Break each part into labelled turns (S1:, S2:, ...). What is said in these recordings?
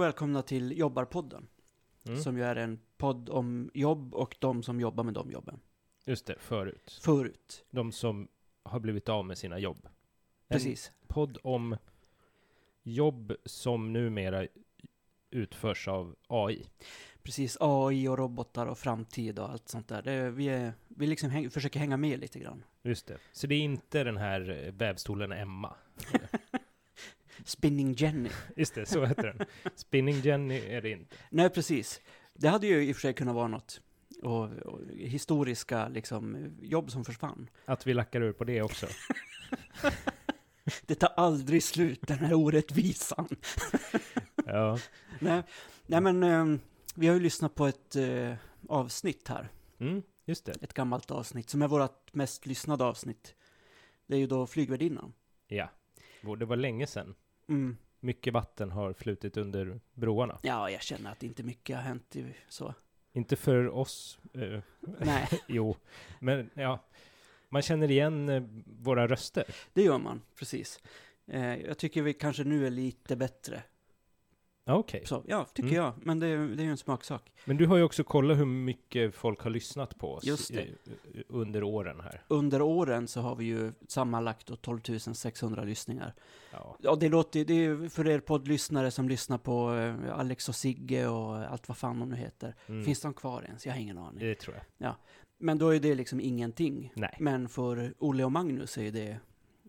S1: välkomna till Jobbarpodden,
S2: Mm.
S1: som ju är en podd om jobb och de som jobbar med de jobben.
S2: Just det, förut.
S1: Förut,
S2: De som har blivit av med sina jobb.
S1: precis.
S2: En podd om jobb som numera utförs av AI.
S1: Precis, AI och robotar och framtid och allt sånt där. Det, vi är, vi liksom häng, försöker hänga med lite grann.
S2: Just det. Så det är inte den här eh, vävstolen Emma.
S1: Spinning Jenny.
S2: Just det, så heter den. Spinning Jenny är det inte.
S1: Nej, precis. Det hade ju i och för sig kunnat vara något. Och, och historiska liksom, jobb som försvann.
S2: Att vi lackar ur på det också.
S1: Det tar aldrig slut, den här orättvisan.
S2: Ja.
S1: Nej, nej men eh, vi har ju lyssnat på ett eh, avsnitt här.
S2: Mm, just det.
S1: Ett gammalt avsnitt som är vårt mest lyssnade avsnitt. Det är ju då flygvärdinnan.
S2: Ja. Vår- Det var länge sedan.
S1: Mm.
S2: Mycket vatten har flutit under broarna.
S1: Ja, jag känner att inte mycket har hänt i, så.
S2: Inte för oss. eh,
S1: Nej,
S2: jo, men ja. Man känner igen eh, våra röster.
S1: det gör man, precis. Eh, jag tycker vi kanske nu är lite bättre.
S2: Ja, Okej.
S1: Så, ja, tycker
S2: Mm.
S1: jag. Men det, är- det är ju en smaksak.
S2: Men du har ju också kollat hur mycket folk har lyssnat på oss
S1: Just det.
S2: i- u- under åren här.
S1: Under åren så har vi ju sammanlagt då 12 600 lyssningar.
S2: Ja.
S1: Ja, det låter det är ju för er poddlyssnare som lyssnar på eh, Alex och Sigge och allt vad fan de nu heter.
S2: Mm. Eh.
S1: Finns de kvar ens? Jag har ingen aning.
S2: Det tror jag.
S1: Men då är det liksom ingenting.
S2: Nej.
S1: Men för Olle och Magnus är det
S2: Det är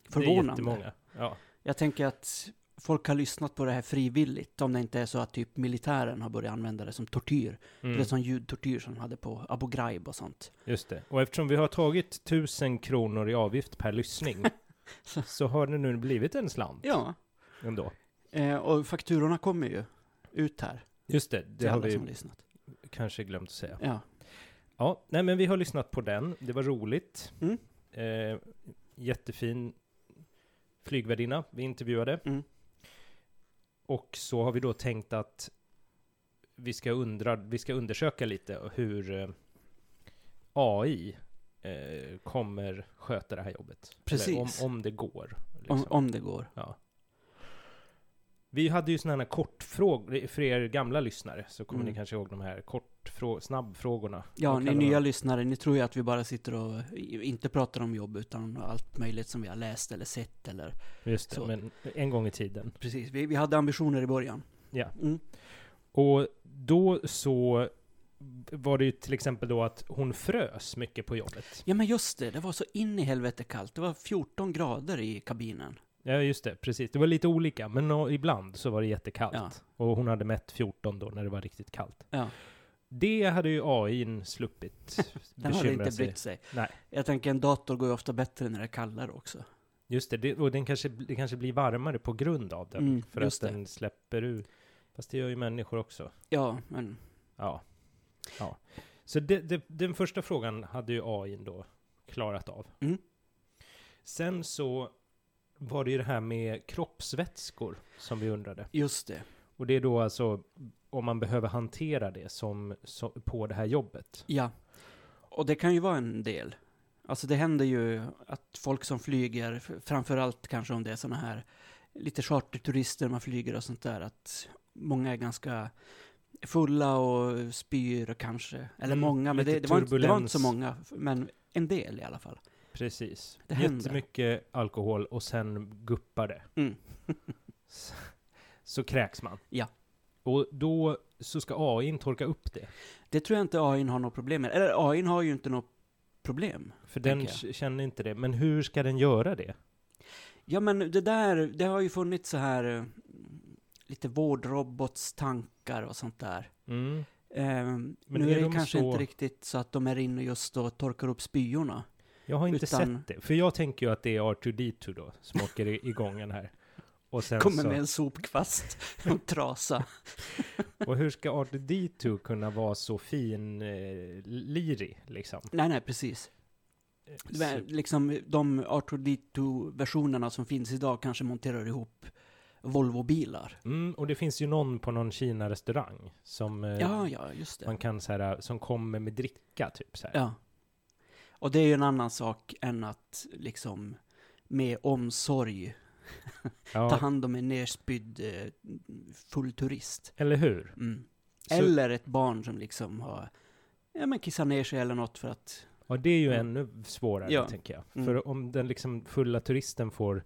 S1: förvånande.
S2: jättemånga. Ja.
S1: jag tänker att folk har lyssnat på det här frivilligt. Om det inte är så att typ militären har börjat använda det som tortyr.
S2: Mm.
S1: Det är sån ljudtortyr som de hade på Abu Ghraib och sånt.
S2: Just det. Och eftersom vi har tagit tusen kronor i avgift per lyssning så har det nu blivit en slant
S1: Ja,
S2: ändå.
S1: eh, och fakturorna kommer ju ut här.
S2: Just det,
S1: Till
S2: det har
S1: alla
S2: vi
S1: som har lyssnat.
S2: kanske glömt att säga.
S1: Ja.
S2: Ja, nej men vi har lyssnat på den. Det var roligt.
S1: Mm.
S2: Eh, jättefin flygvärdinna vi intervjuade.
S1: Mm.
S2: Och så har vi då tänkt att vi ska, undra, vi ska undersöka lite hur eh, AI eh, kommer sköta det här jobbet.
S1: Precis.
S2: Eller om, om det går.
S1: Om,
S2: liksom.
S1: om det går.
S2: Ja. Vi hade ju sådana här kortfrågor, för er gamla lyssnare så kommer
S1: Mm.
S2: ni kanske ihåg de här kortfrå- snabbfrågorna.
S1: Ja,
S2: Vad
S1: ni
S2: kallar
S1: nya
S2: man-
S1: lyssnare, ni tror ju att vi bara sitter och eh, inte pratar om jobb utan allt möjligt som vi har läst eller sett eller
S2: Just det,
S1: så.
S2: men en gång i tiden.
S1: precis. Vi, vi hade ambitioner i början.
S2: Ja.
S1: Mm.
S2: Och då så var det ju till exempel då att hon frös mycket på jobbet.
S1: Ja men just det, det var så in i helvete kallt. Det var 14 grader i kabinen.
S2: Ja, just det, precis. Det var lite olika, men nå- ibland så var det jättekallt.
S1: Ja.
S2: Och hon hade mätt 14 då, när det var riktigt kallt.
S1: Ja,
S2: Det hade ju AI sluppit
S1: den hade
S2: bekymra
S1: inte
S2: sig.
S1: brytt sig.
S2: Nej.
S1: Jag tänker en dator går ju ofta bättre när det är kallare också.
S2: Just det, det och den kanske, det kanske blir varmare på grund av den.
S1: Mm,
S2: för att
S1: just det.
S2: den släpper ut. Fast det gör ju människor också.
S1: Ja, men
S2: Ja. ja. Så det, det, den första frågan hade ju AI då klarat av.
S1: Mm.
S2: Sen så var det ju det här med kroppsvätskor som vi undrade.
S1: just det.
S2: Och det är då alltså om man behöver hantera det som, så- på det här jobbet.
S1: Ja. Och det kan ju vara en del. Alltså det händer ju att folk som flyger, f- framförallt kanske om det är sådana här lite charterturister man flyger och sånt där, att många är ganska fulla och spyr kanske. Eller
S2: Mm,
S1: många, men det,
S2: lite
S1: det, var inte, det var inte så
S2: turbulens.
S1: många, f- men en del i alla fall.
S2: Precis.
S1: Det händer.
S2: Jättemycket alkohol och sen guppar det.
S1: Mm.
S2: så, så kräks man.
S1: Ja.
S2: Och då så ska AI torka upp det.
S1: Det tror jag inte AI har något problem med. Eller AI har ju inte något problem.
S2: För den
S1: Tänker
S2: k- känner inte det. Men hur ska den göra det?
S1: Ja men det där, det har ju funnits så här eh, lite vårdrobotstankar och sånt där.
S2: Mm.
S1: Ehm,
S2: Men
S1: nu
S2: är
S1: är det
S2: de
S1: kanske
S2: så-
S1: inte riktigt så att de är inne just och torkar upp spyorna.
S2: Jag har inte
S1: Utan-
S2: sett det. För jag tänker ju att det är R2D2 då som åker i- igång den här. Och sen
S1: Kommer
S2: så,
S1: med en sopkvast och en trasa.
S2: Och hur ska R2D2 kunna vara så fin eh, lirig liksom?
S1: nej, nej, precis.
S2: Eh,
S1: Det är Liksom de R2D2-versionerna som finns idag kanske monterar ihop Volvo-bilar.
S2: Mm, och det finns ju någon på någon Kina-restaurang som eh,
S1: Ja, ja, just det.
S2: man kan så här, eh, som kommer med dricka typ så här.
S1: Ja. Och det är ju en annan sak än att liksom med omsorg ta
S2: Ja,
S1: hand om en nerspydd eh, full turist.
S2: eller hur?
S1: Mm.
S2: Så-
S1: Eller ett barn som liksom har ja, men kissar ner sig eller något för att...
S2: Ja, det är ju
S1: Ja.
S2: ännu svårare,
S1: Ja.
S2: tänker jag.
S1: Mm.
S2: För om den liksom fulla turisten får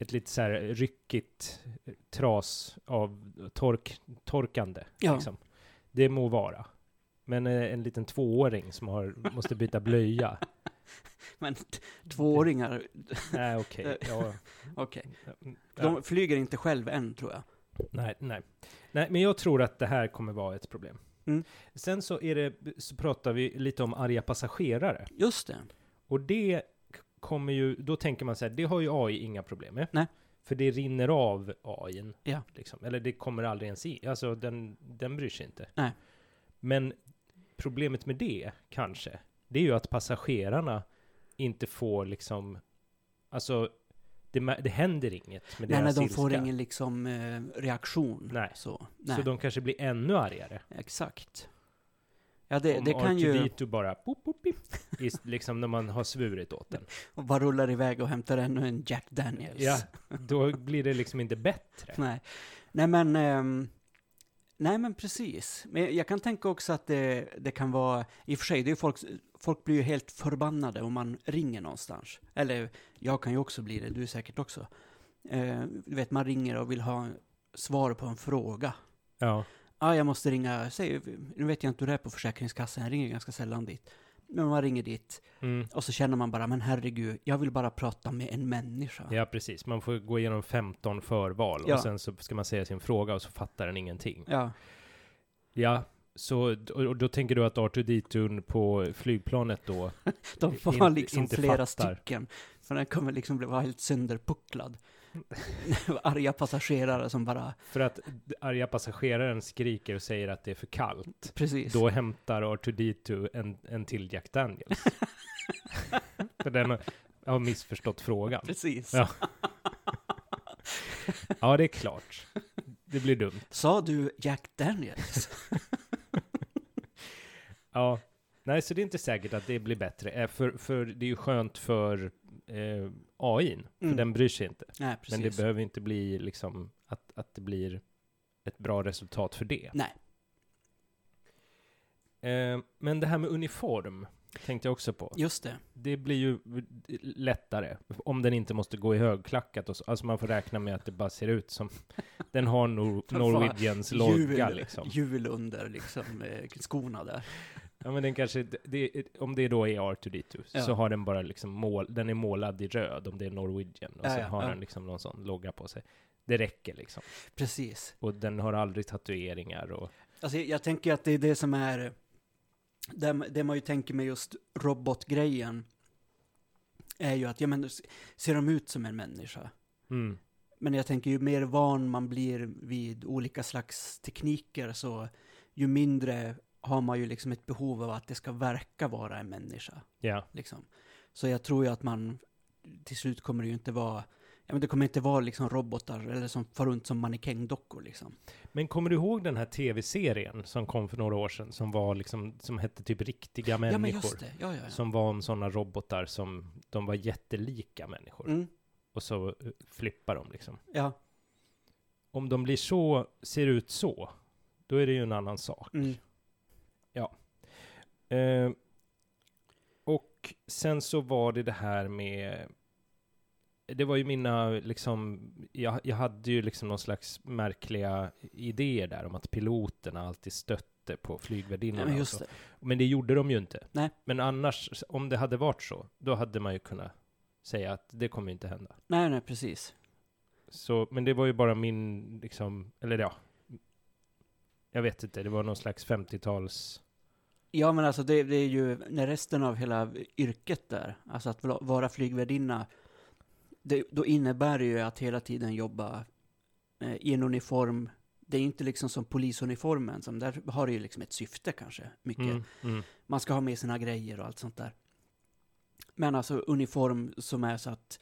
S2: ett lite så här ryckigt eh, tras av tork, torkande,
S1: Ja,
S2: liksom. det må vara. Men eh, en liten tvååring som har, måste byta blöja,
S1: men t- tvååringar,
S2: nej okej. Ja.
S1: okej.
S2: Ja.
S1: De flyger inte själv än tror jag.
S2: Nej, nej. Nej, men jag tror att det här kommer vara ett problem.
S1: Mm.
S2: Sen så, är det, så pratar vi lite om arga passagerare.
S1: Just det.
S2: Och det k- kommer ju, då tänker man så här, det har ju AI inga problem med.
S1: Nej.
S2: För det rinner av AIn.
S1: Ja.
S2: Liksom. Eller det kommer aldrig ens i, alltså den, den bryr sig inte.
S1: Nej.
S2: Men problemet med det, kanske, det är ju att passagerarna inte får liksom, alltså, det, ma- det händer inget med
S1: Nej, nej,
S2: deras
S1: de får
S2: ilska.
S1: ingen liksom eh, reaktion.
S2: Nej.
S1: Så, nej.
S2: Så de kanske blir ännu argare.
S1: Exakt. Ja, det,
S2: om
S1: det kan ju
S2: Arturito bara pop, pop, pip, i, liksom när man har svurit åt den.
S1: bara rullar iväg och hämtar ännu en Jack Daniels.
S2: Ja, då blir det liksom inte bättre.
S1: Nej, nej men... ehm, nej men precis. Men jag kan tänka också att det, det kan vara... I och för sig, det är ju folk, folk blir ju helt förbannade om man ringer någonstans. Eller jag kan ju också bli det, du säkert också. Eh, du vet, man ringer och vill ha svar på en fråga.
S2: Ja,
S1: Ja, jag måste ringa, säg, nu vet jag inte hur det är på Försäkringskassan, jag ringer ganska sällan dit. Men man ringer dit
S2: mm.
S1: och så känner man bara, men herregud, jag vill bara prata med en människa.
S2: ja precis. Man får gå igenom 15 förval
S1: Ja.
S2: och sen så ska man säga sin fråga och så fattar den ingenting.
S1: ja.
S2: Ja, så d- och då tänker du att Arthur Ditun på flygplanet då,
S1: De får
S2: Inte-
S1: ha liksom
S2: inte
S1: flera
S2: fattar.
S1: stycken. För den kommer liksom bli vara helt sönderpucklad. Arga passagerare som bara,
S2: för att d- arga passageraren skriker och säger att det är för kallt,
S1: precis.
S2: då hämtar Arthur Ditu en, en till Jack Daniels. för den har, har missförstått frågan.
S1: Precis.
S2: Ja. Ja, det är klart. Det blir dumt.
S1: Sa du Jack Daniels?
S2: Ja. Nej, så det är inte säkert att det blir bättre. Eh, För, för det är ju skönt för eh, AIn, för
S1: Mm.
S2: den bryr sig inte.
S1: Nej,
S2: Men
S1: precis.
S2: det behöver inte bli liksom att, att det blir ett bra resultat för det.
S1: Nej.
S2: Eh, men det här med uniform tänkte jag också på.
S1: Just det.
S2: Det blir ju lättare om den inte måste gå i högklackat och så. Alltså man får räkna med att det bara ser ut som... Den har Nor-
S1: Fan,
S2: Norwegians logga liksom.
S1: Hjul under liksom, eh, skorna där.
S2: Ja men den kanske, det- det, eh, om det då är R2D2
S1: Ja.
S2: så har den bara liksom mål, den är målad i röd om det är Norwegian och
S1: Ja,
S2: sen
S1: ja,
S2: har
S1: ja.
S2: den liksom någon sån logga på sig. Det räcker liksom.
S1: Precis.
S2: Och den har aldrig tatueringar och...
S1: Alltså, jag tänker att det är det som är, det, det man ju tänker med just robotgrejen, är ju att, ja men, ser de ut som en människa?
S2: Mm.
S1: Men jag tänker ju mer van man blir vid olika slags tekniker så ju mindre har man ju liksom ett behov av att det ska verka vara en människa.
S2: Ja,
S1: Liksom. Så jag tror ju att man till slut kommer det ju inte vara, ja men det kommer inte vara liksom robotar eller som far runt som mannekängdockor liksom.
S2: men kommer du ihåg den här tv-serien som kom för några år sedan som var liksom, som hette typ riktiga
S1: Ja men
S2: människor?
S1: just det, ja ja. ja.
S2: Som var om sådana robotar som, de var jättelika människor.
S1: Mm,
S2: Och så eh, flippar de liksom.
S1: ja.
S2: Om de blir så, ser ut så, då är det ju en annan sak.
S1: Mm.
S2: Eh, och sen så var det det här med... Det var ju mina, liksom... Jag, jag hade ju liksom någon slags märkliga idéer där om att piloterna alltid stötte på
S1: Ja,
S2: flygvärdinnorna.
S1: men
S2: och
S1: just
S2: så.
S1: det.
S2: men det gjorde de ju inte.
S1: Nej.
S2: Men annars, om det hade varit så, då hade man ju kunnat säga att det kommer ju inte hända.
S1: Nej nej precis.
S2: Så, men det var ju bara min, liksom, eller ja. Jag vet inte, det var någon slags 50-tals...
S1: Ja men alltså det, det är ju när resten av hela yrket där, alltså att vla- vara flygvärdinna, det, då innebär det ju att hela tiden jobba eh, i en uniform. Det är ju inte liksom som polisuniformen, som där har det ju liksom ett syfte kanske, mycket.
S2: Mm, mm.
S1: Man ska ha med sina grejer och allt sånt där. Men alltså uniform som är så att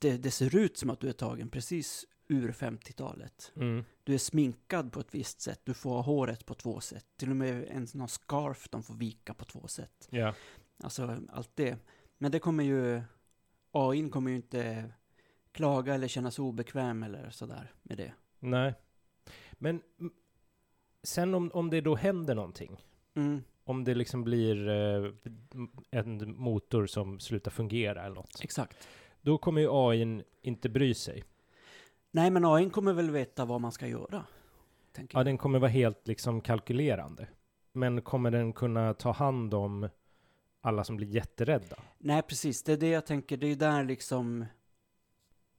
S1: det, det ser ut som att du är tagen precis ur 50-talet.
S2: Mm.
S1: Du är sminkad på ett visst sätt, du får ha håret på två sätt, till och med en sån här scarf de får vika på två sätt.
S2: Ja.
S1: Alltså allt det. Men det kommer ju, AIn kommer ju inte klaga eller känna sig obekväm eller sådär med det.
S2: Nej. Men mm, sen om, om det då händer någonting,
S1: Mm.
S2: om det liksom blir eh, en motor som slutar fungera eller något,
S1: Exakt.
S2: då kommer ju AI inte bry sig.
S1: Nej, men AI kommer väl veta vad man ska göra. Tänker
S2: Ja,
S1: jag.
S2: den kommer vara helt liksom kalkylerande. Men kommer den kunna ta hand om alla som blir jätterädda?
S1: Nej, precis. Det är det jag tänker. Det är där liksom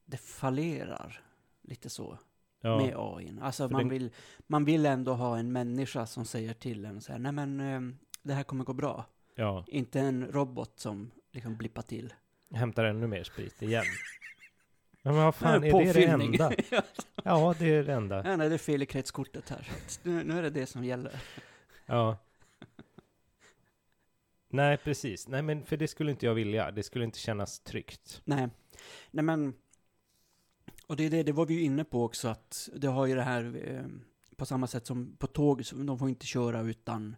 S1: det fallerar lite så
S2: Ja,
S1: med AI. Alltså
S2: För
S1: man,
S2: den-
S1: vill, man vill ändå ha en människa som säger till en så här, nej men eh, det här kommer gå bra.
S2: ja.
S1: Inte en robot som liksom blippar till.
S2: Hämtar ännu mer sprit igen. Ja, men vad fan, är det det
S1: Påfyllning.
S2: enda?
S1: ja,
S2: Ja, det är det enda.
S1: ja, nej, det är fel i kretskortet här. Så att Nu, nu är det det som gäller.
S2: Ja. Nej, precis. Nej, men för det skulle inte jag vilja. Det skulle inte kännas tryggt.
S1: Nej, nej men... Och det är det, det var vi ju inne på också att det har ju det här eh, på samma sätt som på tåg, så de får inte köra utan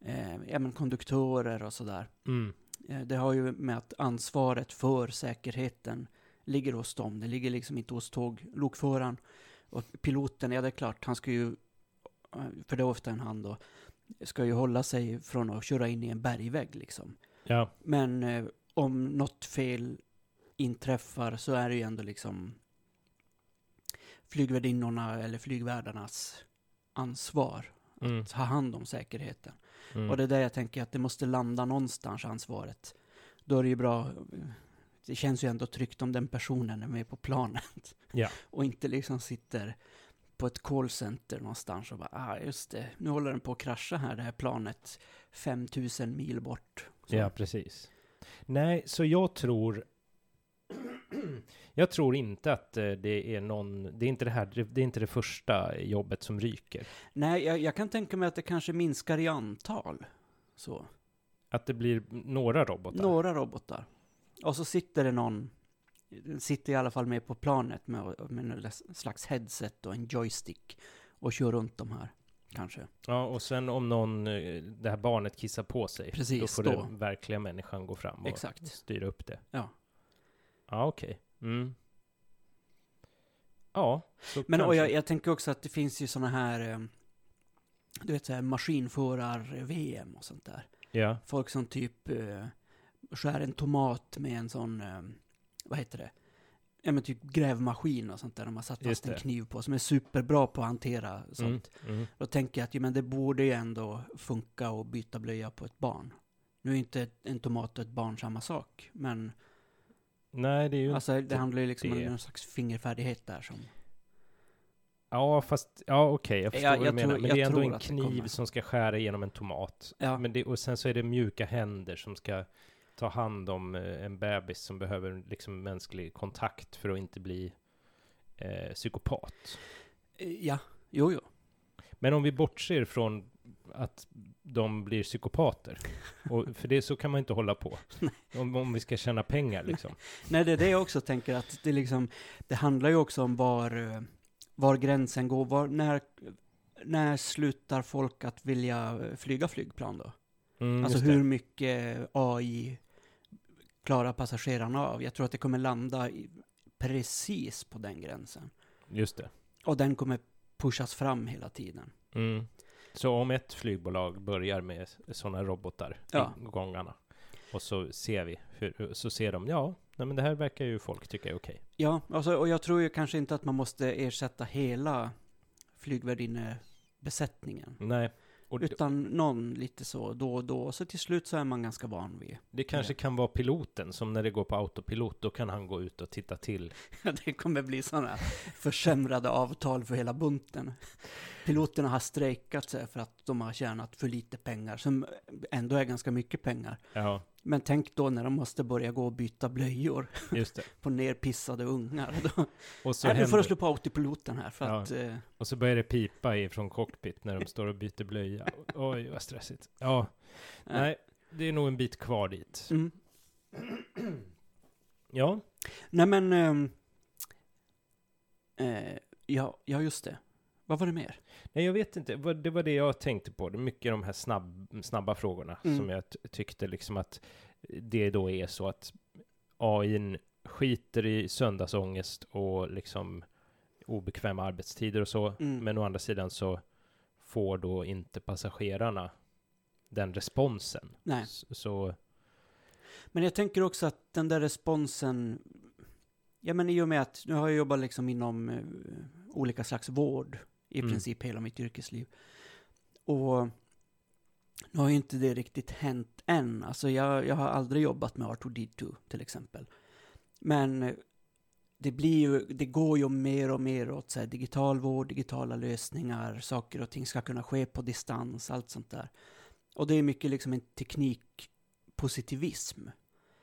S1: eh, ja, men konduktörer och sådär.
S2: Mm.
S1: Eh, det har ju med att ansvaret för säkerheten ligger hos dem. Det ligger liksom inte hos tåglokföraren. Och piloten, ja det är klart, han ska ju, eh, för det är ofta en han då, ska ju hålla sig från att köra in i en bergvägg liksom.
S2: Ja,
S1: Men eh, om något fel inträffar så är det ju ändå liksom flygvärdinnorna eller flygvärdarnas ansvar
S2: mm.
S1: att ha hand om säkerheten.
S2: Mm.
S1: Och det är där jag tänker att det måste landa någonstans, ansvaret. Då är det ju bra, det känns ju ändå tryggt om den personen är med på planet.
S2: Ja.
S1: och inte liksom sitter på ett callcenter någonstans och bara, ah just det, nu håller den på att krascha här, det här planet, 5000 mil bort. Så.
S2: Ja, precis. Nej, så jag tror... Jag tror inte att eh, det är någon... Det är inte det här... Det är inte det första jobbet som ryker.
S1: Nej, jag, jag kan tänka mig att det kanske minskar i antal. Så.
S2: Att det blir några robotar.
S1: Några robotar. Och så sitter det någon, sitter i alla fall med på planet med, med någon slags headset och en joystick och kör runt de här. Kanske.
S2: Ja, och sen om någon... eh, Det här barnet kissar på sig.
S1: Precis,
S2: Då får
S1: då.
S2: den verkliga människan gå fram och
S1: Exakt.
S2: styra upp det.
S1: Ja.
S2: Ja, okej. Mm. Ja, så
S1: Men och
S2: kanske.
S1: jag, jag tänker också att det finns ju sådana här, eh, du vet så här maskinförar-VM och sånt där.
S2: Ja,
S1: folk som typ eh, skär en tomat med en sån, eh, vad heter det? Ja men typ grävmaskin och sånt där de har satt
S2: Just
S1: fast en
S2: det.
S1: kniv på, som är superbra på att hantera sånt.
S2: mm, mm.
S1: Då tänker jag att ja, men det borde ju ändå funka att byta blöja på ett barn. Nu är inte ett- en tomat och ett barn samma sak, men
S2: Nej, det är ju...
S1: alltså, det handlar ju liksom
S2: det.
S1: om någon slags fingerfärdighet där som...
S2: Ja, fast... Ja, okej, jag förstår
S1: Jag-
S2: vad du
S1: jag
S2: menar.
S1: tror-
S2: men
S1: jag
S2: det är ändå
S1: tror
S2: en
S1: att det kommer.
S2: kniv som ska skära igenom en tomat.
S1: Ja,
S2: Men det, och sen så är det mjuka händer som ska ta hand om eh, en bebis som behöver liksom mänsklig kontakt för att inte bli eh, psykopat.
S1: eh, ja. jo jo.
S2: Men om vi bortser från att de blir psykopater, och för det så kan man inte hålla på. Om, om vi ska tjäna pengar liksom.
S1: Nej, det är det jag också tänker att det liksom, det handlar ju också om var, eh, var gränsen går. Var, när, när slutar folk att vilja eh, flyga flygplan då?
S2: Mm,
S1: alltså
S2: just det.
S1: hur mycket AI klarar passagerarna av? Jag tror att det kommer landa i, precis på den gränsen.
S2: Just det.
S1: Och den kommer pushas fram hela tiden.
S2: Mm. Så om ett flygbolag börjar med sådana robotar,
S1: Ja.
S2: ingångarna, och så ser vi, hur, så ser de, ja, nej, men det här verkar ju folk tycka är okej.
S1: Ja, alltså, och jag tror ju kanske inte att man måste ersätta hela flygvärdinnebesättningen.
S2: Nej. Och, det-
S1: Utan någon lite så då och då. Och så till slut så är man ganska van vid.
S2: Det kanske kan vara piloten, som när det går på autopilot, då kan han gå ut och titta till.
S1: Det kommer bli sådana försämrade avtal för hela bunten. Piloterna har strejkat sig för att de har tjänat för lite pengar, som ändå är ganska mycket pengar.
S2: Ja,
S1: Men tänk då när de måste börja gå och byta blöjor
S2: just det.
S1: på nerpissade ungar. Då,
S2: Och så,
S1: nej, nu får
S2: händer,
S1: du slå på autopiloten här för
S2: Ja.
S1: att... Eh,
S2: och så börjar det pipa ifrån cockpit när de står och byter blöja. Oj, vad stressigt. Ja, nej, det är nog en bit kvar dit.
S1: Mm.
S2: Ja,
S1: Nej men... ehm, eh, ja, ja, just det. Vad var det mer?
S2: nej jag vet inte. Vad- Det var det jag tänkte på. Det är mycket de här snabb, snabba frågorna
S1: Mm.
S2: som jag ty- tyckte liksom att det då är så att AI skiter i söndagsångest och liksom obekväma arbetstider och så.
S1: Mm.
S2: Men å andra sidan så får då inte passagerarna den responsen.
S1: Nej.
S2: S- Så,
S1: Men jag tänker också att den där responsen, ja men i och med att nu har jag jobbat liksom inom eh, olika slags vård i
S2: Mm.
S1: princip hela mitt yrkesliv. Och nu har ju inte det riktigt hänt än. Alltså jag, jag har aldrig jobbat med R2D2 till exempel. Men eh, det blir ju, det går ju mer och mer åt så här, digital vård, digitala lösningar, saker och ting ska kunna ske på distans, allt sånt där. Och det är mycket liksom en teknikpositivism.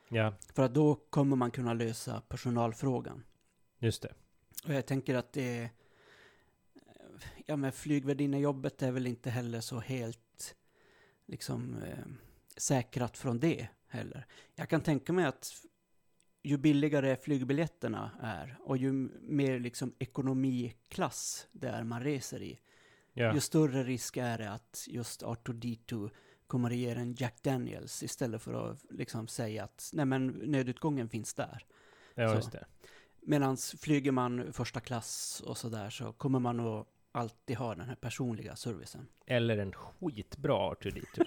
S2: ja,
S1: För att då kommer man kunna lösa personalfrågan.
S2: just det.
S1: Och jag tänker att det... eh, Ja, men flygvärdinnejobbet är väl inte heller så helt liksom eh, säkrat från det heller. Jag kan tänka mig att ju billigare flygbiljetterna är och ju m- mer liksom ekonomiklass det är man reser i,
S2: Ja,
S1: ju större risk är det att just Arthur D2 kommer att ge en Jack Daniels istället för att liksom säga att nej men nödutgången finns där.
S2: ja
S1: så.
S2: just det.
S1: Medan flyger man första klass och sådär så kommer man nog alltid ha den här personliga servicen.
S2: Eller en skitbra typ. R2D2.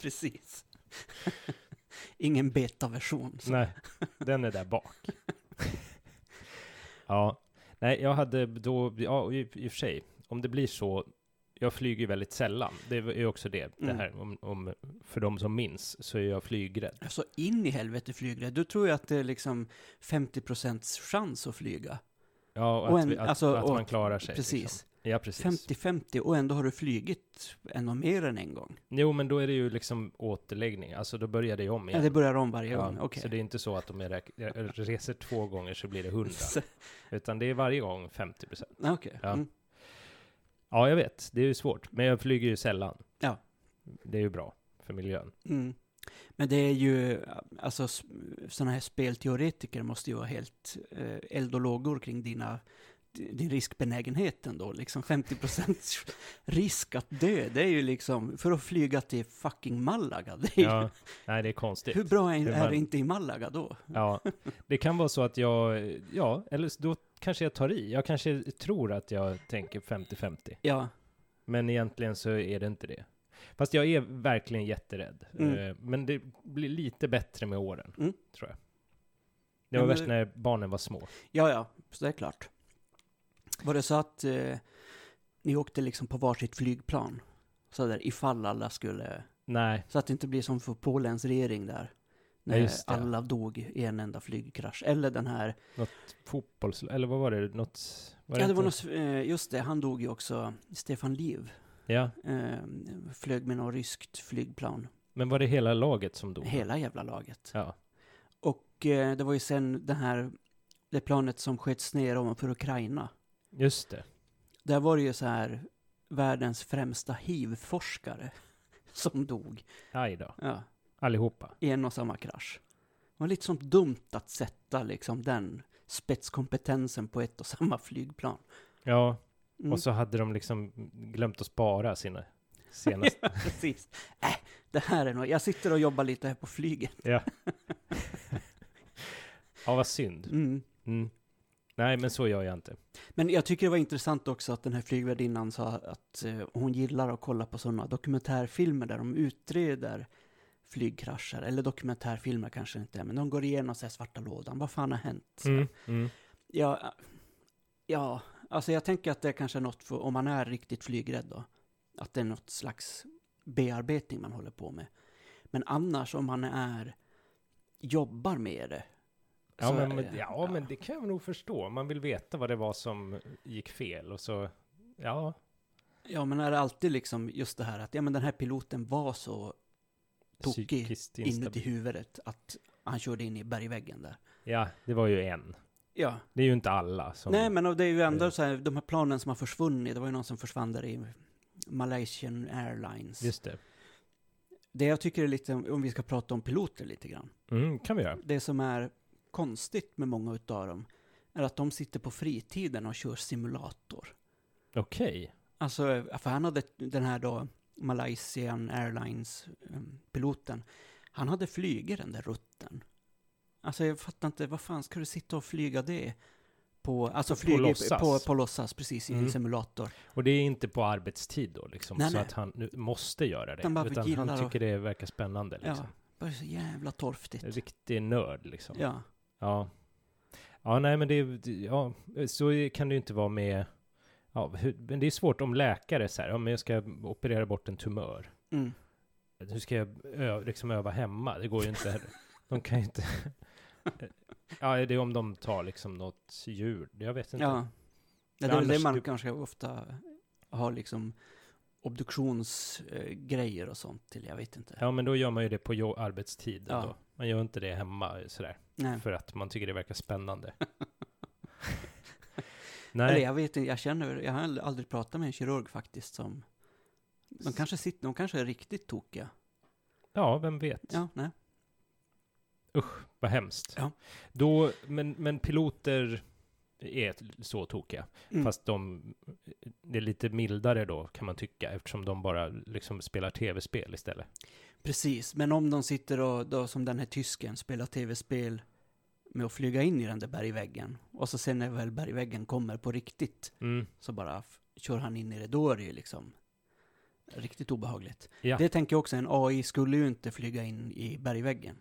S1: Precis. Ingen betaversion. så.
S2: Nej, den är där bak. ja, nej, jag hade då, ja, i, i och för sig, om det blir så, jag flyger ju väldigt sällan. Det är ju också det, det
S1: Mm.
S2: här, om, om, för de som minns så är jag flygrädd.
S1: Alltså in i helvete flygrädd. Du tror ju att det är liksom 50% chans att flyga.
S2: Ja, och
S1: Och
S2: att,
S1: en-
S2: vi- att,
S1: alltså,
S2: att
S1: och-
S2: man klarar sig.
S1: Precis.
S2: Liksom. Ja, precis.
S1: 50-50 och ändå har du flygit ändå mer än en gång.
S2: Jo, men då är det ju liksom återläggning, alltså då börjar det ju om
S1: Ja,
S2: igen.
S1: det börjar om varje
S2: Ja,
S1: gång. Okej.
S2: Så det är inte så att om jag räk- reser två gånger så blir det hundra,
S1: Så-
S2: utan det är varje gång 50 procent.
S1: Okej.
S2: Ja.
S1: Mm.
S2: Ja, jag vet. Det är ju svårt. Men jag flyger ju sällan.
S1: Ja.
S2: Det är ju bra för miljön.
S1: Mm. Men det är ju, alltså sådana här spelteoretiker måste ju vara helt eh, eld och lågor kring dina, din riskbenägenhet ändå. Liksom 50% risk att dö, det är ju liksom, för att flyga till fucking Malaga, det är
S2: Ja. Nej, det är
S1: ju,
S2: konstigt.
S1: hur bra är,
S2: Hur
S1: är
S2: man-
S1: det inte i Malaga då?
S2: Ja. Det kan vara så att jag, ja, eller så- då kanske jag tar i. Jag kanske tror att jag tänker 50-50.
S1: Ja,
S2: Men egentligen så är det inte det. Fast jag är verkligen jätterädd.
S1: Mm.
S2: Eh, Men det blir lite bättre med åren,
S1: Mm.
S2: tror jag. Det
S1: Ja, men
S2: var
S1: eh,
S2: värst
S1: det-
S2: när barnen var små.
S1: ja, ja, så det är klart. Var det så att eh, ni åkte liksom på varsitt flygplan? Så där, ifall alla skulle
S2: Nej,
S1: Så att det inte blir som för Polens regering där. När
S2: just det.
S1: alla dog i en enda flygkrasch. Eller den här,
S2: fotbolls... Eller vad var det? Något... Var
S1: ja det
S2: inte-
S1: var något, eh, just det, han dog ju också, Stefan Liv.
S2: Ja,
S1: Eh, flög med något ryskt flygplan.
S2: men var det hela laget som dog?
S1: Hela jävla laget.
S2: Ja.
S1: Och eh, det var ju sen den här, det planet som sköts ner ovanför Ukraina.
S2: Just det.
S1: Där var det ju så här, världens främsta hiv-forskare som dog.
S2: Aj då.
S1: Ja,
S2: Allihopa.
S1: i en och samma krasch. Det var lite som dumt att sätta liksom den spetskompetensen på ett och samma flygplan.
S2: Ja,
S1: Mm,
S2: och så hade de liksom glömt att spara sina senaste.
S1: precis. Äh, det här är nog... Jag sitter och jobbar lite här på flyget.
S2: ja, vad synd.
S1: Mm.
S2: Mm. Nej, men så gör jag inte.
S1: Men jag tycker det var intressant också att den här flygvärdinnan sa att eh, hon gillar att kolla på sådana dokumentärfilmer där de utreder flygkrascher. Eller dokumentärfilmer kanske det inte är, men de går igenom så här svarta lådan. Vad fan har hänt?
S2: Mm. Mm.
S1: Ja, ja, alltså jag tänker att det kanske är något för, om man är riktigt flygrädd då, att det är något slags bearbetning man håller på med. Men annars om man är, jobbar med det.
S2: Ja,
S1: så
S2: men,
S1: är
S2: men,
S1: det-
S2: ja, men det kan jag nog förstå. Man vill veta vad det var som gick fel och så... Ja,
S1: Ja, men är det alltid liksom just det här att, ja men den här piloten var så Tokig
S2: psykiskt
S1: inuti
S2: instabil.
S1: huvudet att han körde in i bergväggen där.
S2: Ja, det var ju en.
S1: Ja,
S2: Det är ju inte alla som...
S1: nej men och det är ju
S2: Eh.
S1: ändå så här, de här planen som har försvunnit, det var ju någon som försvann där i Malaysian Airlines.
S2: Just det.
S1: Det jag tycker är lite, om vi ska prata om piloter lite grann.
S2: Mm, kan vi göra.
S1: Det som är konstigt med många utav dem är att de sitter på fritiden och kör simulator.
S2: Okej.
S1: Alltså, för han hade den här då ehm, Malaysian Airlines-piloten, han hade flugit den där rutten. Alltså jag fattar inte, vad fan ska du sitta och flyga det? På, alltså
S2: På
S1: flyga på
S2: låtsas.
S1: låtsas, på, på låtsas precis, i en
S2: Mm.
S1: simulator.
S2: Och det är inte på arbetstid då liksom,
S1: Nej,
S2: så
S1: nej.
S2: att han nu måste göra det.
S1: Utan bara
S2: utan
S1: gillar
S2: han
S1: och-
S2: tycker det verkar spännande liksom.
S1: Bara så jävla torftigt.
S2: En riktig nörd liksom. Ja.
S1: Ja,
S2: ja. nej men det är, det- ja, så kan det ju inte vara med, ja, hur, men det är svårt om läkare så här, ja men jag ska operera bort en tumör.
S1: mm.
S2: Hur ska jag ö, liksom öva hemma? Det går ju inte. De kan ju inte. ja, det är om de tar liksom något djur, jag vet inte. typ-
S1: ja. ja det är
S2: Men
S1: väl det
S2: annars
S1: man
S2: du-
S1: kanske ofta har liksom obduktionsgrejer och sånt till, jag vet inte.
S2: Ja, men då gör man ju det på jo- arbetstid.
S1: Ja.
S2: Då. Man gör inte det hemma sådär.
S1: Nej.
S2: För att man tycker det verkar spännande.
S1: Eller
S2: Nej,
S1: jag vet inte, jag känner, jag har ald- aldrig pratat med en kirurg faktiskt som, de kanske sitter, de kanske är riktigt tokiga.
S2: ja, vem vet.
S1: Ja, nej.
S2: Vad hemskt.
S1: Ja.
S2: Då, men, men piloter är så tokiga.
S1: Mm.
S2: Fast de, det är lite mildare då kan man tycka. Eftersom de bara liksom spelar tv-spel istället.
S1: Precis, men om de sitter och, då, som den här tysken, spelar tv-spel med att flyga in i den där bergväggen och så sen när väl bergväggen kommer på riktigt
S2: Mm.
S1: så bara f- kör han in i det, då är det ju liksom riktigt obehagligt.
S2: Ja.
S1: Det tänker jag också, en AI skulle ju inte flyga in i bergväggen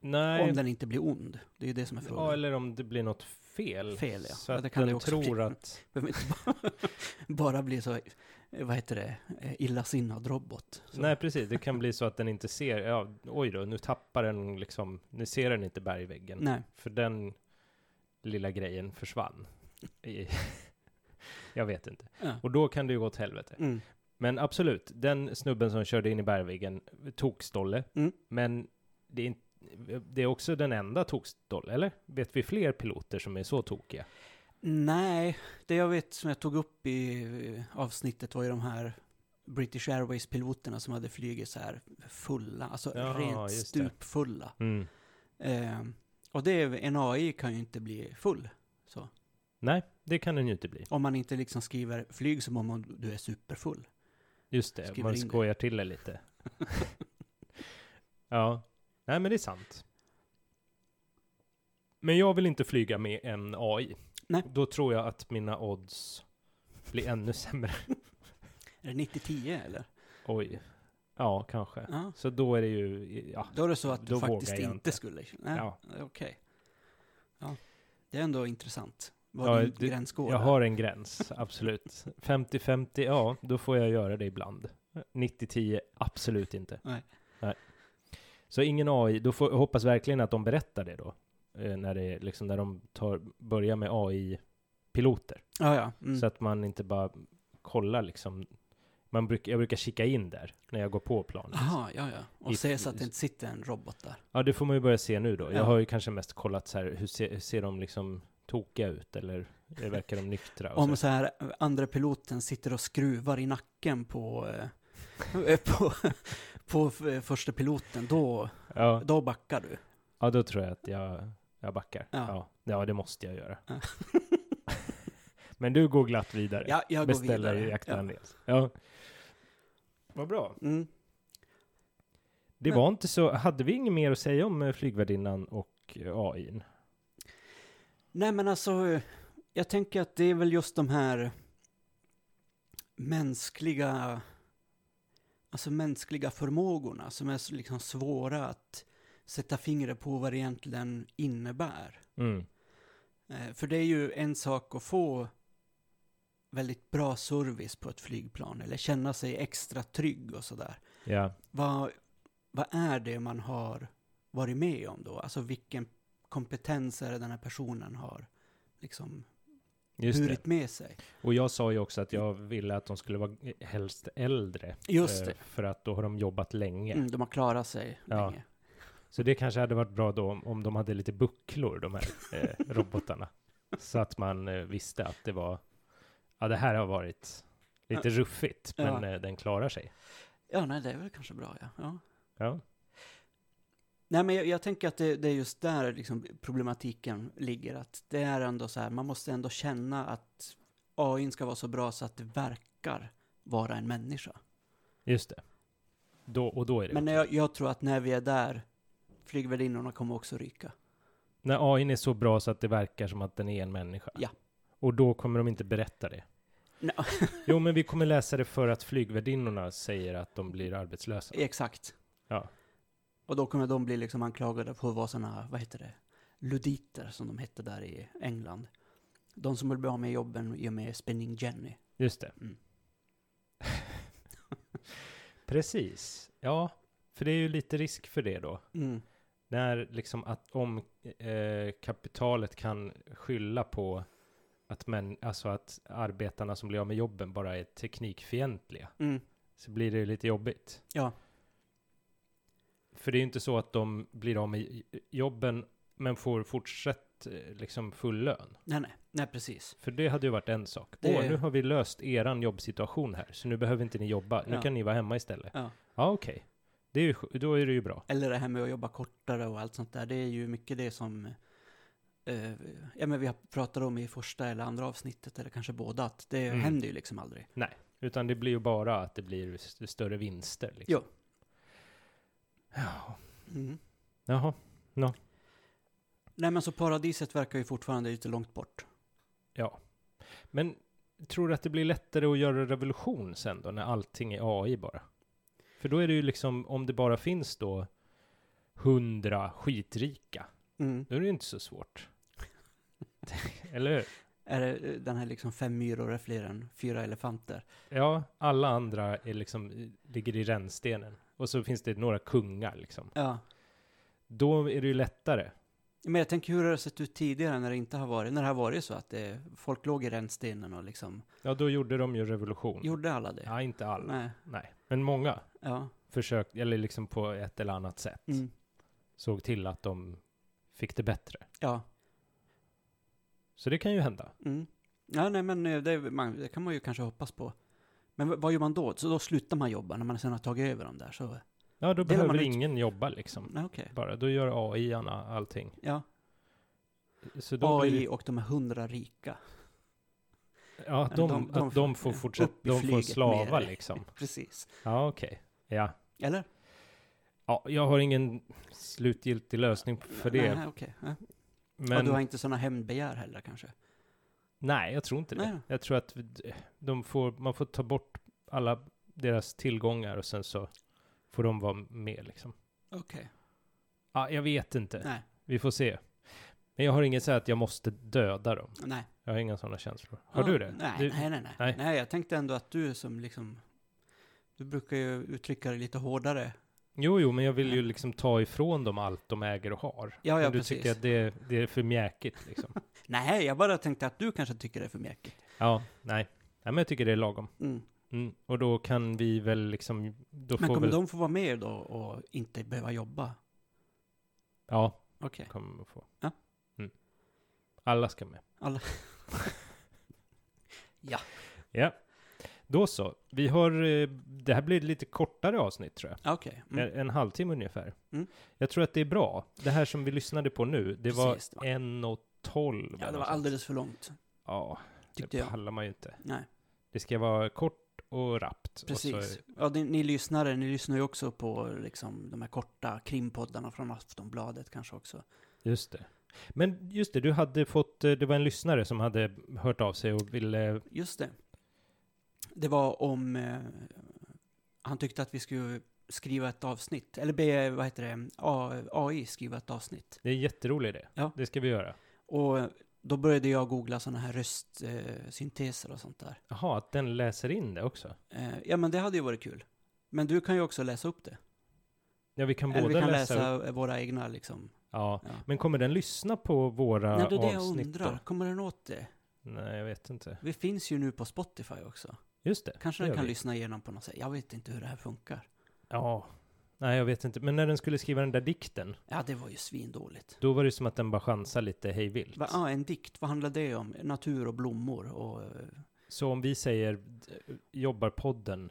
S2: Nej,
S1: om den inte blir ond. Det är ju det som är frågan.
S2: ja, eller om det blir något fel.
S1: Fel, ja.
S2: Så
S1: Ja,
S2: att
S1: det kan
S2: den
S1: det också
S2: tror
S1: bli.
S2: att...
S1: Behöver inte bara, bara bli så, eh, vad heter det, eh, illasinnad robot. Så.
S2: Nej, precis. Det kan bli så att den inte ser... Ja, oj då, nu tappar den liksom... Nu ser den inte bergväggen.
S1: Nej.
S2: För den lilla grejen försvann. I- Jag vet inte.
S1: Ja.
S2: Och då kan det ju gå åt helvete.
S1: Mm.
S2: Men absolut, den snubben som körde in i bergväggen, tokstolle.
S1: Mm.
S2: Men det är, inte, det är också den enda tokstolle, eller? Vet vi fler piloter som är så tokiga?
S1: Nej, det jag vet som jag tog upp i eh, avsnittet var ju de här British Airways-piloterna som hade flugit så här fulla, alltså
S2: Ja,
S1: rent
S2: just det.
S1: stupfulla.
S2: Mm.
S1: Eh, och det, är- en AI kan ju inte bli full. Så.
S2: Nej, det kan den ju inte bli.
S1: Om man inte liksom skriver flyg som om du är superfull.
S2: Just det,
S1: Skriver
S2: man
S1: in det.
S2: skojar till det lite. ja, nej men det är sant. Men jag vill inte flyga med en AI.
S1: Nej.
S2: Då tror jag att mina odds blir ännu sämre.
S1: Är det 90-10 eller?
S2: Oj. Ja, kanske.
S1: Ja.
S2: Så då är det ju, ja.
S1: Då är det så att du
S2: Då vågar
S1: faktiskt
S2: jag
S1: inte,
S2: inte.
S1: skulle... Nej,
S2: Ja.
S1: okej. Ja. Det är ändå intressant. Var
S2: Ja,
S1: din
S2: det-
S1: gräns går.
S2: Jag
S1: där.
S2: har en gräns, absolut. 50-50, ja, då får jag göra det ibland. 90-10, absolut inte.
S1: Nej.
S2: Nej. Så ingen AI, då får, jag hoppas verkligen att de berättar det då. Eh, när, det, är liksom, när de tar, börjar med AI-piloter.
S1: Ja, ja. Mm.
S2: Så att man inte bara kollar liksom. Man bruk, jag brukar kika in där när jag går på planet.
S1: Aha, ja, ja. Och
S2: I-
S1: se så att det inte sitter en robot där.
S2: Ja, det får man ju börja se nu då. Jag
S1: Ja.
S2: har ju kanske mest kollat så här, hur, se, hur ser de liksom tokiga ut? Eller verkar de nyktra? Och
S1: Om
S2: så.
S1: så här, andra piloten sitter och skruvar i nacken på, eh, på, på f- första piloten, då,
S2: Ja.
S1: då backar du.
S2: Ja, då tror jag att jag, jag backar.
S1: Ja.
S2: Ja. ja, det måste jag göra.
S1: Ja.
S2: Men du går glatt vidare.
S1: Ja, jag går
S2: Beställer
S1: vidare.
S2: jakten ja. ja. Vad bra.
S1: Ja. Mm.
S2: Det
S1: Men-
S2: var inte så, hade vi inget mer att säga om eh, flygvärdinnan och eh, AIn?
S1: Nej, men alltså, eh, jag tänker att det är väl just de här mänskliga, alltså mänskliga förmågorna som är så liksom svåra att sätta fingret på vad det egentligen innebär.
S2: Mm.
S1: Eh, För det är ju en sak att få väldigt bra service på ett flygplan eller känna sig extra trygg och sådär.
S2: Ja.
S1: Vad, vad är det man har varit med om då? Alltså vilken kompetens är det den här personen har liksom
S2: Just det.
S1: burit med sig?
S2: Och jag sa ju också att jag ville att de skulle vara eh, helst äldre.
S1: Just
S2: eh,
S1: det,
S2: För att då har de jobbat länge.
S1: mm, de har klarat sig
S2: Ja.
S1: länge.
S2: Så det kanske hade varit bra då om, om de hade lite bucklor, de här eh, robotarna. Så att man eh, visste att det var, ja det här har varit lite ruffigt, men
S1: Ja.
S2: eh, den klarar sig.
S1: Ja, nej, det är väl kanske bra, ja. ja.
S2: Ja,
S1: Nej, men jag, jag tänker att det, det är just där liksom problematiken ligger. Att det är ändå så här, man måste ändå känna att AI ska vara så bra så att det verkar vara en människa.
S2: just det. Då, och då är det
S1: Men
S2: okej.
S1: jag, jag tror att när vi är där Flygvärdinnorna kommer också ryka.
S2: När AI är så bra så att det verkar som att den är en människa.
S1: Ja.
S2: Och då kommer de inte berätta det.
S1: Nej,
S2: Jo, men vi kommer läsa det för att flygvärdinnorna säger att de blir arbetslösa.
S1: Exakt.
S2: Ja.
S1: Och då kommer de bli liksom anklagade för att vara sådana, vad heter det, luditer som de hette där i England. De som blev bra med jobben i och med Spinning Jenny.
S2: Just det.
S1: Mm.
S2: Precis. Ja, för det är ju lite risk för det då.
S1: Mm.
S2: När liksom att om eh, kapitalet kan skylla på att, män, alltså att arbetarna som blir av med jobben bara är teknikfientliga
S1: Mm.
S2: så blir det ju lite jobbigt.
S1: Ja.
S2: För det är ju inte så att de blir av med jobben men får fortsatt eh, liksom full lön.
S1: Nej, nej, nej precis.
S2: För det hade ju varit en sak.
S1: Det-
S2: Åh, nu har vi löst eran jobbsituation här, så nu behöver inte ni jobba. Nu
S1: Ja.
S2: kan ni vara hemma istället.
S1: Ja.
S2: Ja, okej. Det är ju sj- Då är det ju bra.
S1: Eller det här med att jobba kortare och allt sånt där. Det är ju mycket det som eh, ja, men vi har pratat om i första eller andra avsnittet, eller kanske båda, att det
S2: Mm.
S1: händer ju liksom aldrig.
S2: Utan det blir ju bara att det blir st- större vinster. Liksom.
S1: Jo.
S2: Ja.
S1: Mm.
S2: Jaha.
S1: Nej, men så paradiset verkar ju fortfarande lite långt bort.
S2: Ja. Men tror du att det blir lättare att göra revolution sen då, när allting är AI bara? För då är det ju liksom, om det bara finns då hundra skitrika,
S1: Mm.
S2: då är det ju inte så svårt. Eller hur?
S1: Är det eh, den här liksom fem myror är fler än fyra elefanter?
S2: Ja, alla andra är liksom, ligger i rännstenen. Och så finns det några kungar liksom.
S1: Ja.
S2: Då är det ju lättare.
S1: Men jag tänker hur har det sett ut tidigare när det inte har varit, när det har varit så att det, folk låg i rännstenen och liksom
S2: Ja, då gjorde de ju revolution.
S1: gjorde alla det?
S2: Ja, inte alla. Nej.
S1: Nej.
S2: Men många
S1: Ja.
S2: försökte, eller liksom på ett eller annat sätt,
S1: Mm.
S2: såg till att de fick det bättre.
S1: Ja.
S2: Så det kan ju hända.
S1: Mm. Ja, nej, men eh, det, man, det kan man ju kanske hoppas på. Men v- vad gör man då? Så då slutar man jobba när man sen har tagit över dem där? Så,
S2: Ja, då
S1: Delar man
S2: behöver
S1: ut-
S2: ingen jobba liksom.
S1: nej, okej.
S2: Bara, då gör AI-arna allting.
S1: Ja,
S2: Så då blir
S1: AI
S2: det,
S1: och de är hundra rika.
S2: ja, att de,
S1: de- de
S2: att de
S1: får-
S2: får
S1: ja,
S2: fortsätta,
S1: upp i
S2: de får
S1: flyget
S2: slava
S1: ner.
S2: liksom.
S1: Precis.
S2: Ja, okej. Ja.
S1: Eller?
S2: ja, jag har ingen slutgiltig lösning för det.
S1: Nej, okej. Ja.
S2: men...
S1: Och du har inte sådana hämndbegär heller kanske?
S2: Nej, jag tror inte det.
S1: Nej.
S2: Jag tror att de får, man får ta bort alla deras tillgångar och sen så får de vara med liksom.
S1: Okej.
S2: Ja, jag vet inte.
S1: Nej.
S2: Vi får se. Men jag har inget så här att jag måste döda dem.
S1: Nej.
S2: Jag har inga sådana känslor. Har
S1: Ja,
S2: du det?
S1: Nej,
S2: Du,
S1: nej, nej, nej,
S2: nej.
S1: nej. jag tänkte ändå att du som liksom... Du brukar ju uttrycka det lite hårdare.
S2: Jo, jo, men jag vill ju liksom ta ifrån dem allt de äger och har.
S1: Ja, ja,
S2: men du
S1: precis.
S2: tycker att det, det är för mjäkigt liksom.
S1: Nej, jag bara tänkte att du kanske tycker det är för mjäkigt.
S2: ja, nej. nej. men jag tycker det är lagom.
S1: Mm.
S2: Mm. Och då kan vi väl liksom, då
S1: Men
S2: får
S1: kommer
S2: väl...
S1: de få vara med då och inte behöva jobba?
S2: Ja,
S1: Okej.
S2: kommer att få.
S1: Ja.
S2: Mm. Alla ska med.
S1: Alla. Ja.
S2: Ja. Då så. Vi har, eh, det här blir ett lite kortare avsnitt tror jag.
S1: Ja, Okej. Mm.
S2: En, en halvtimme ungefär.
S1: Mm.
S2: Jag tror att det är bra. Det här som vi lyssnade på nu, det var
S1: Precis, det var-
S2: en och tolv.
S1: Ja, det var alldeles för långt,
S2: Ja,
S1: tyckte
S2: det
S1: jag.
S2: pallar man ju inte.
S1: Nej,
S2: Det ska vara kort och rappt. Och
S1: precis.
S2: så,
S1: Ja, det, ni lyssnare, ni lyssnar ju också på liksom, de här korta krimpoddarna från Aftonbladet kanske också.
S2: just det. Men just det, du hade fått, eh, det var en lyssnare som hade hört av sig och ville,
S1: Just det. Det var om... Eh, han tyckte att vi skulle skriva ett avsnitt, eller be, vad heter det, A- AI skriva ett avsnitt.
S2: det är en jätterolig idé.
S1: Ja.
S2: Det ska vi göra.
S1: Och då började jag googla sådana här röstsynteser eh, synteser och sånt där.
S2: Jaha, att den läser in det också?
S1: Eh, ja, men det hade ju varit kul. Men du kan ju också läsa upp det.
S2: Ja, vi kan
S1: Eller
S2: båda
S1: vi kan
S2: läsa.
S1: läsa, våra egna liksom.
S2: Ja.
S1: Ja.
S2: Men kommer den lyssna på våra
S1: Nej, då det jag
S2: avsnitt
S1: undrar,
S2: då?
S1: kommer den åt det?
S2: Nej, jag vet inte.
S1: Vi finns ju nu på Spotify också.
S2: Just det.
S1: Kanske
S2: det
S1: den
S2: gör
S1: kan
S2: vi.
S1: lyssna igenom på något sätt. Jag vet inte hur det här funkar.
S2: Ja. Nej, jag vet inte. Men när den skulle skriva den där dikten,
S1: Ja, det var ju svindåligt.
S2: då var det som att den bara chansade lite hej vilt.
S1: Va, ah, en dikt, vad handlar det om? Natur och blommor och... eh,
S2: Så om vi säger eh, jobbar podden,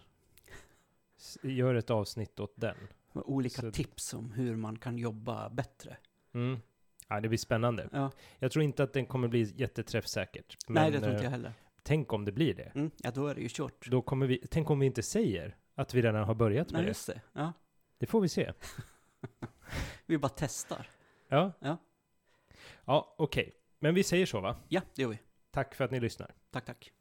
S2: s- gör ett avsnitt åt den.
S1: olika
S2: Så-
S1: tips om hur man kan jobba bättre.
S2: Mm. Ja, det blir spännande.
S1: Ja.
S2: Jag tror inte att den kommer bli jätteträffsäkert. Men
S1: Nej, det tror inte
S2: eh,
S1: jag heller.
S2: tänk om det blir det.
S1: Mm, ja, då är det ju kört.
S2: Då kommer vi, tänk om vi inte säger att vi redan har börjat med
S1: Nej,
S2: det.
S1: just det. Ja.
S2: Det får vi se.
S1: Vi bara testar.
S2: Ja.
S1: Ja.
S2: Ja, okej. Men vi säger så va?
S1: Ja, det gör vi.
S2: Tack för att ni lyssnar.
S1: Tack, tack.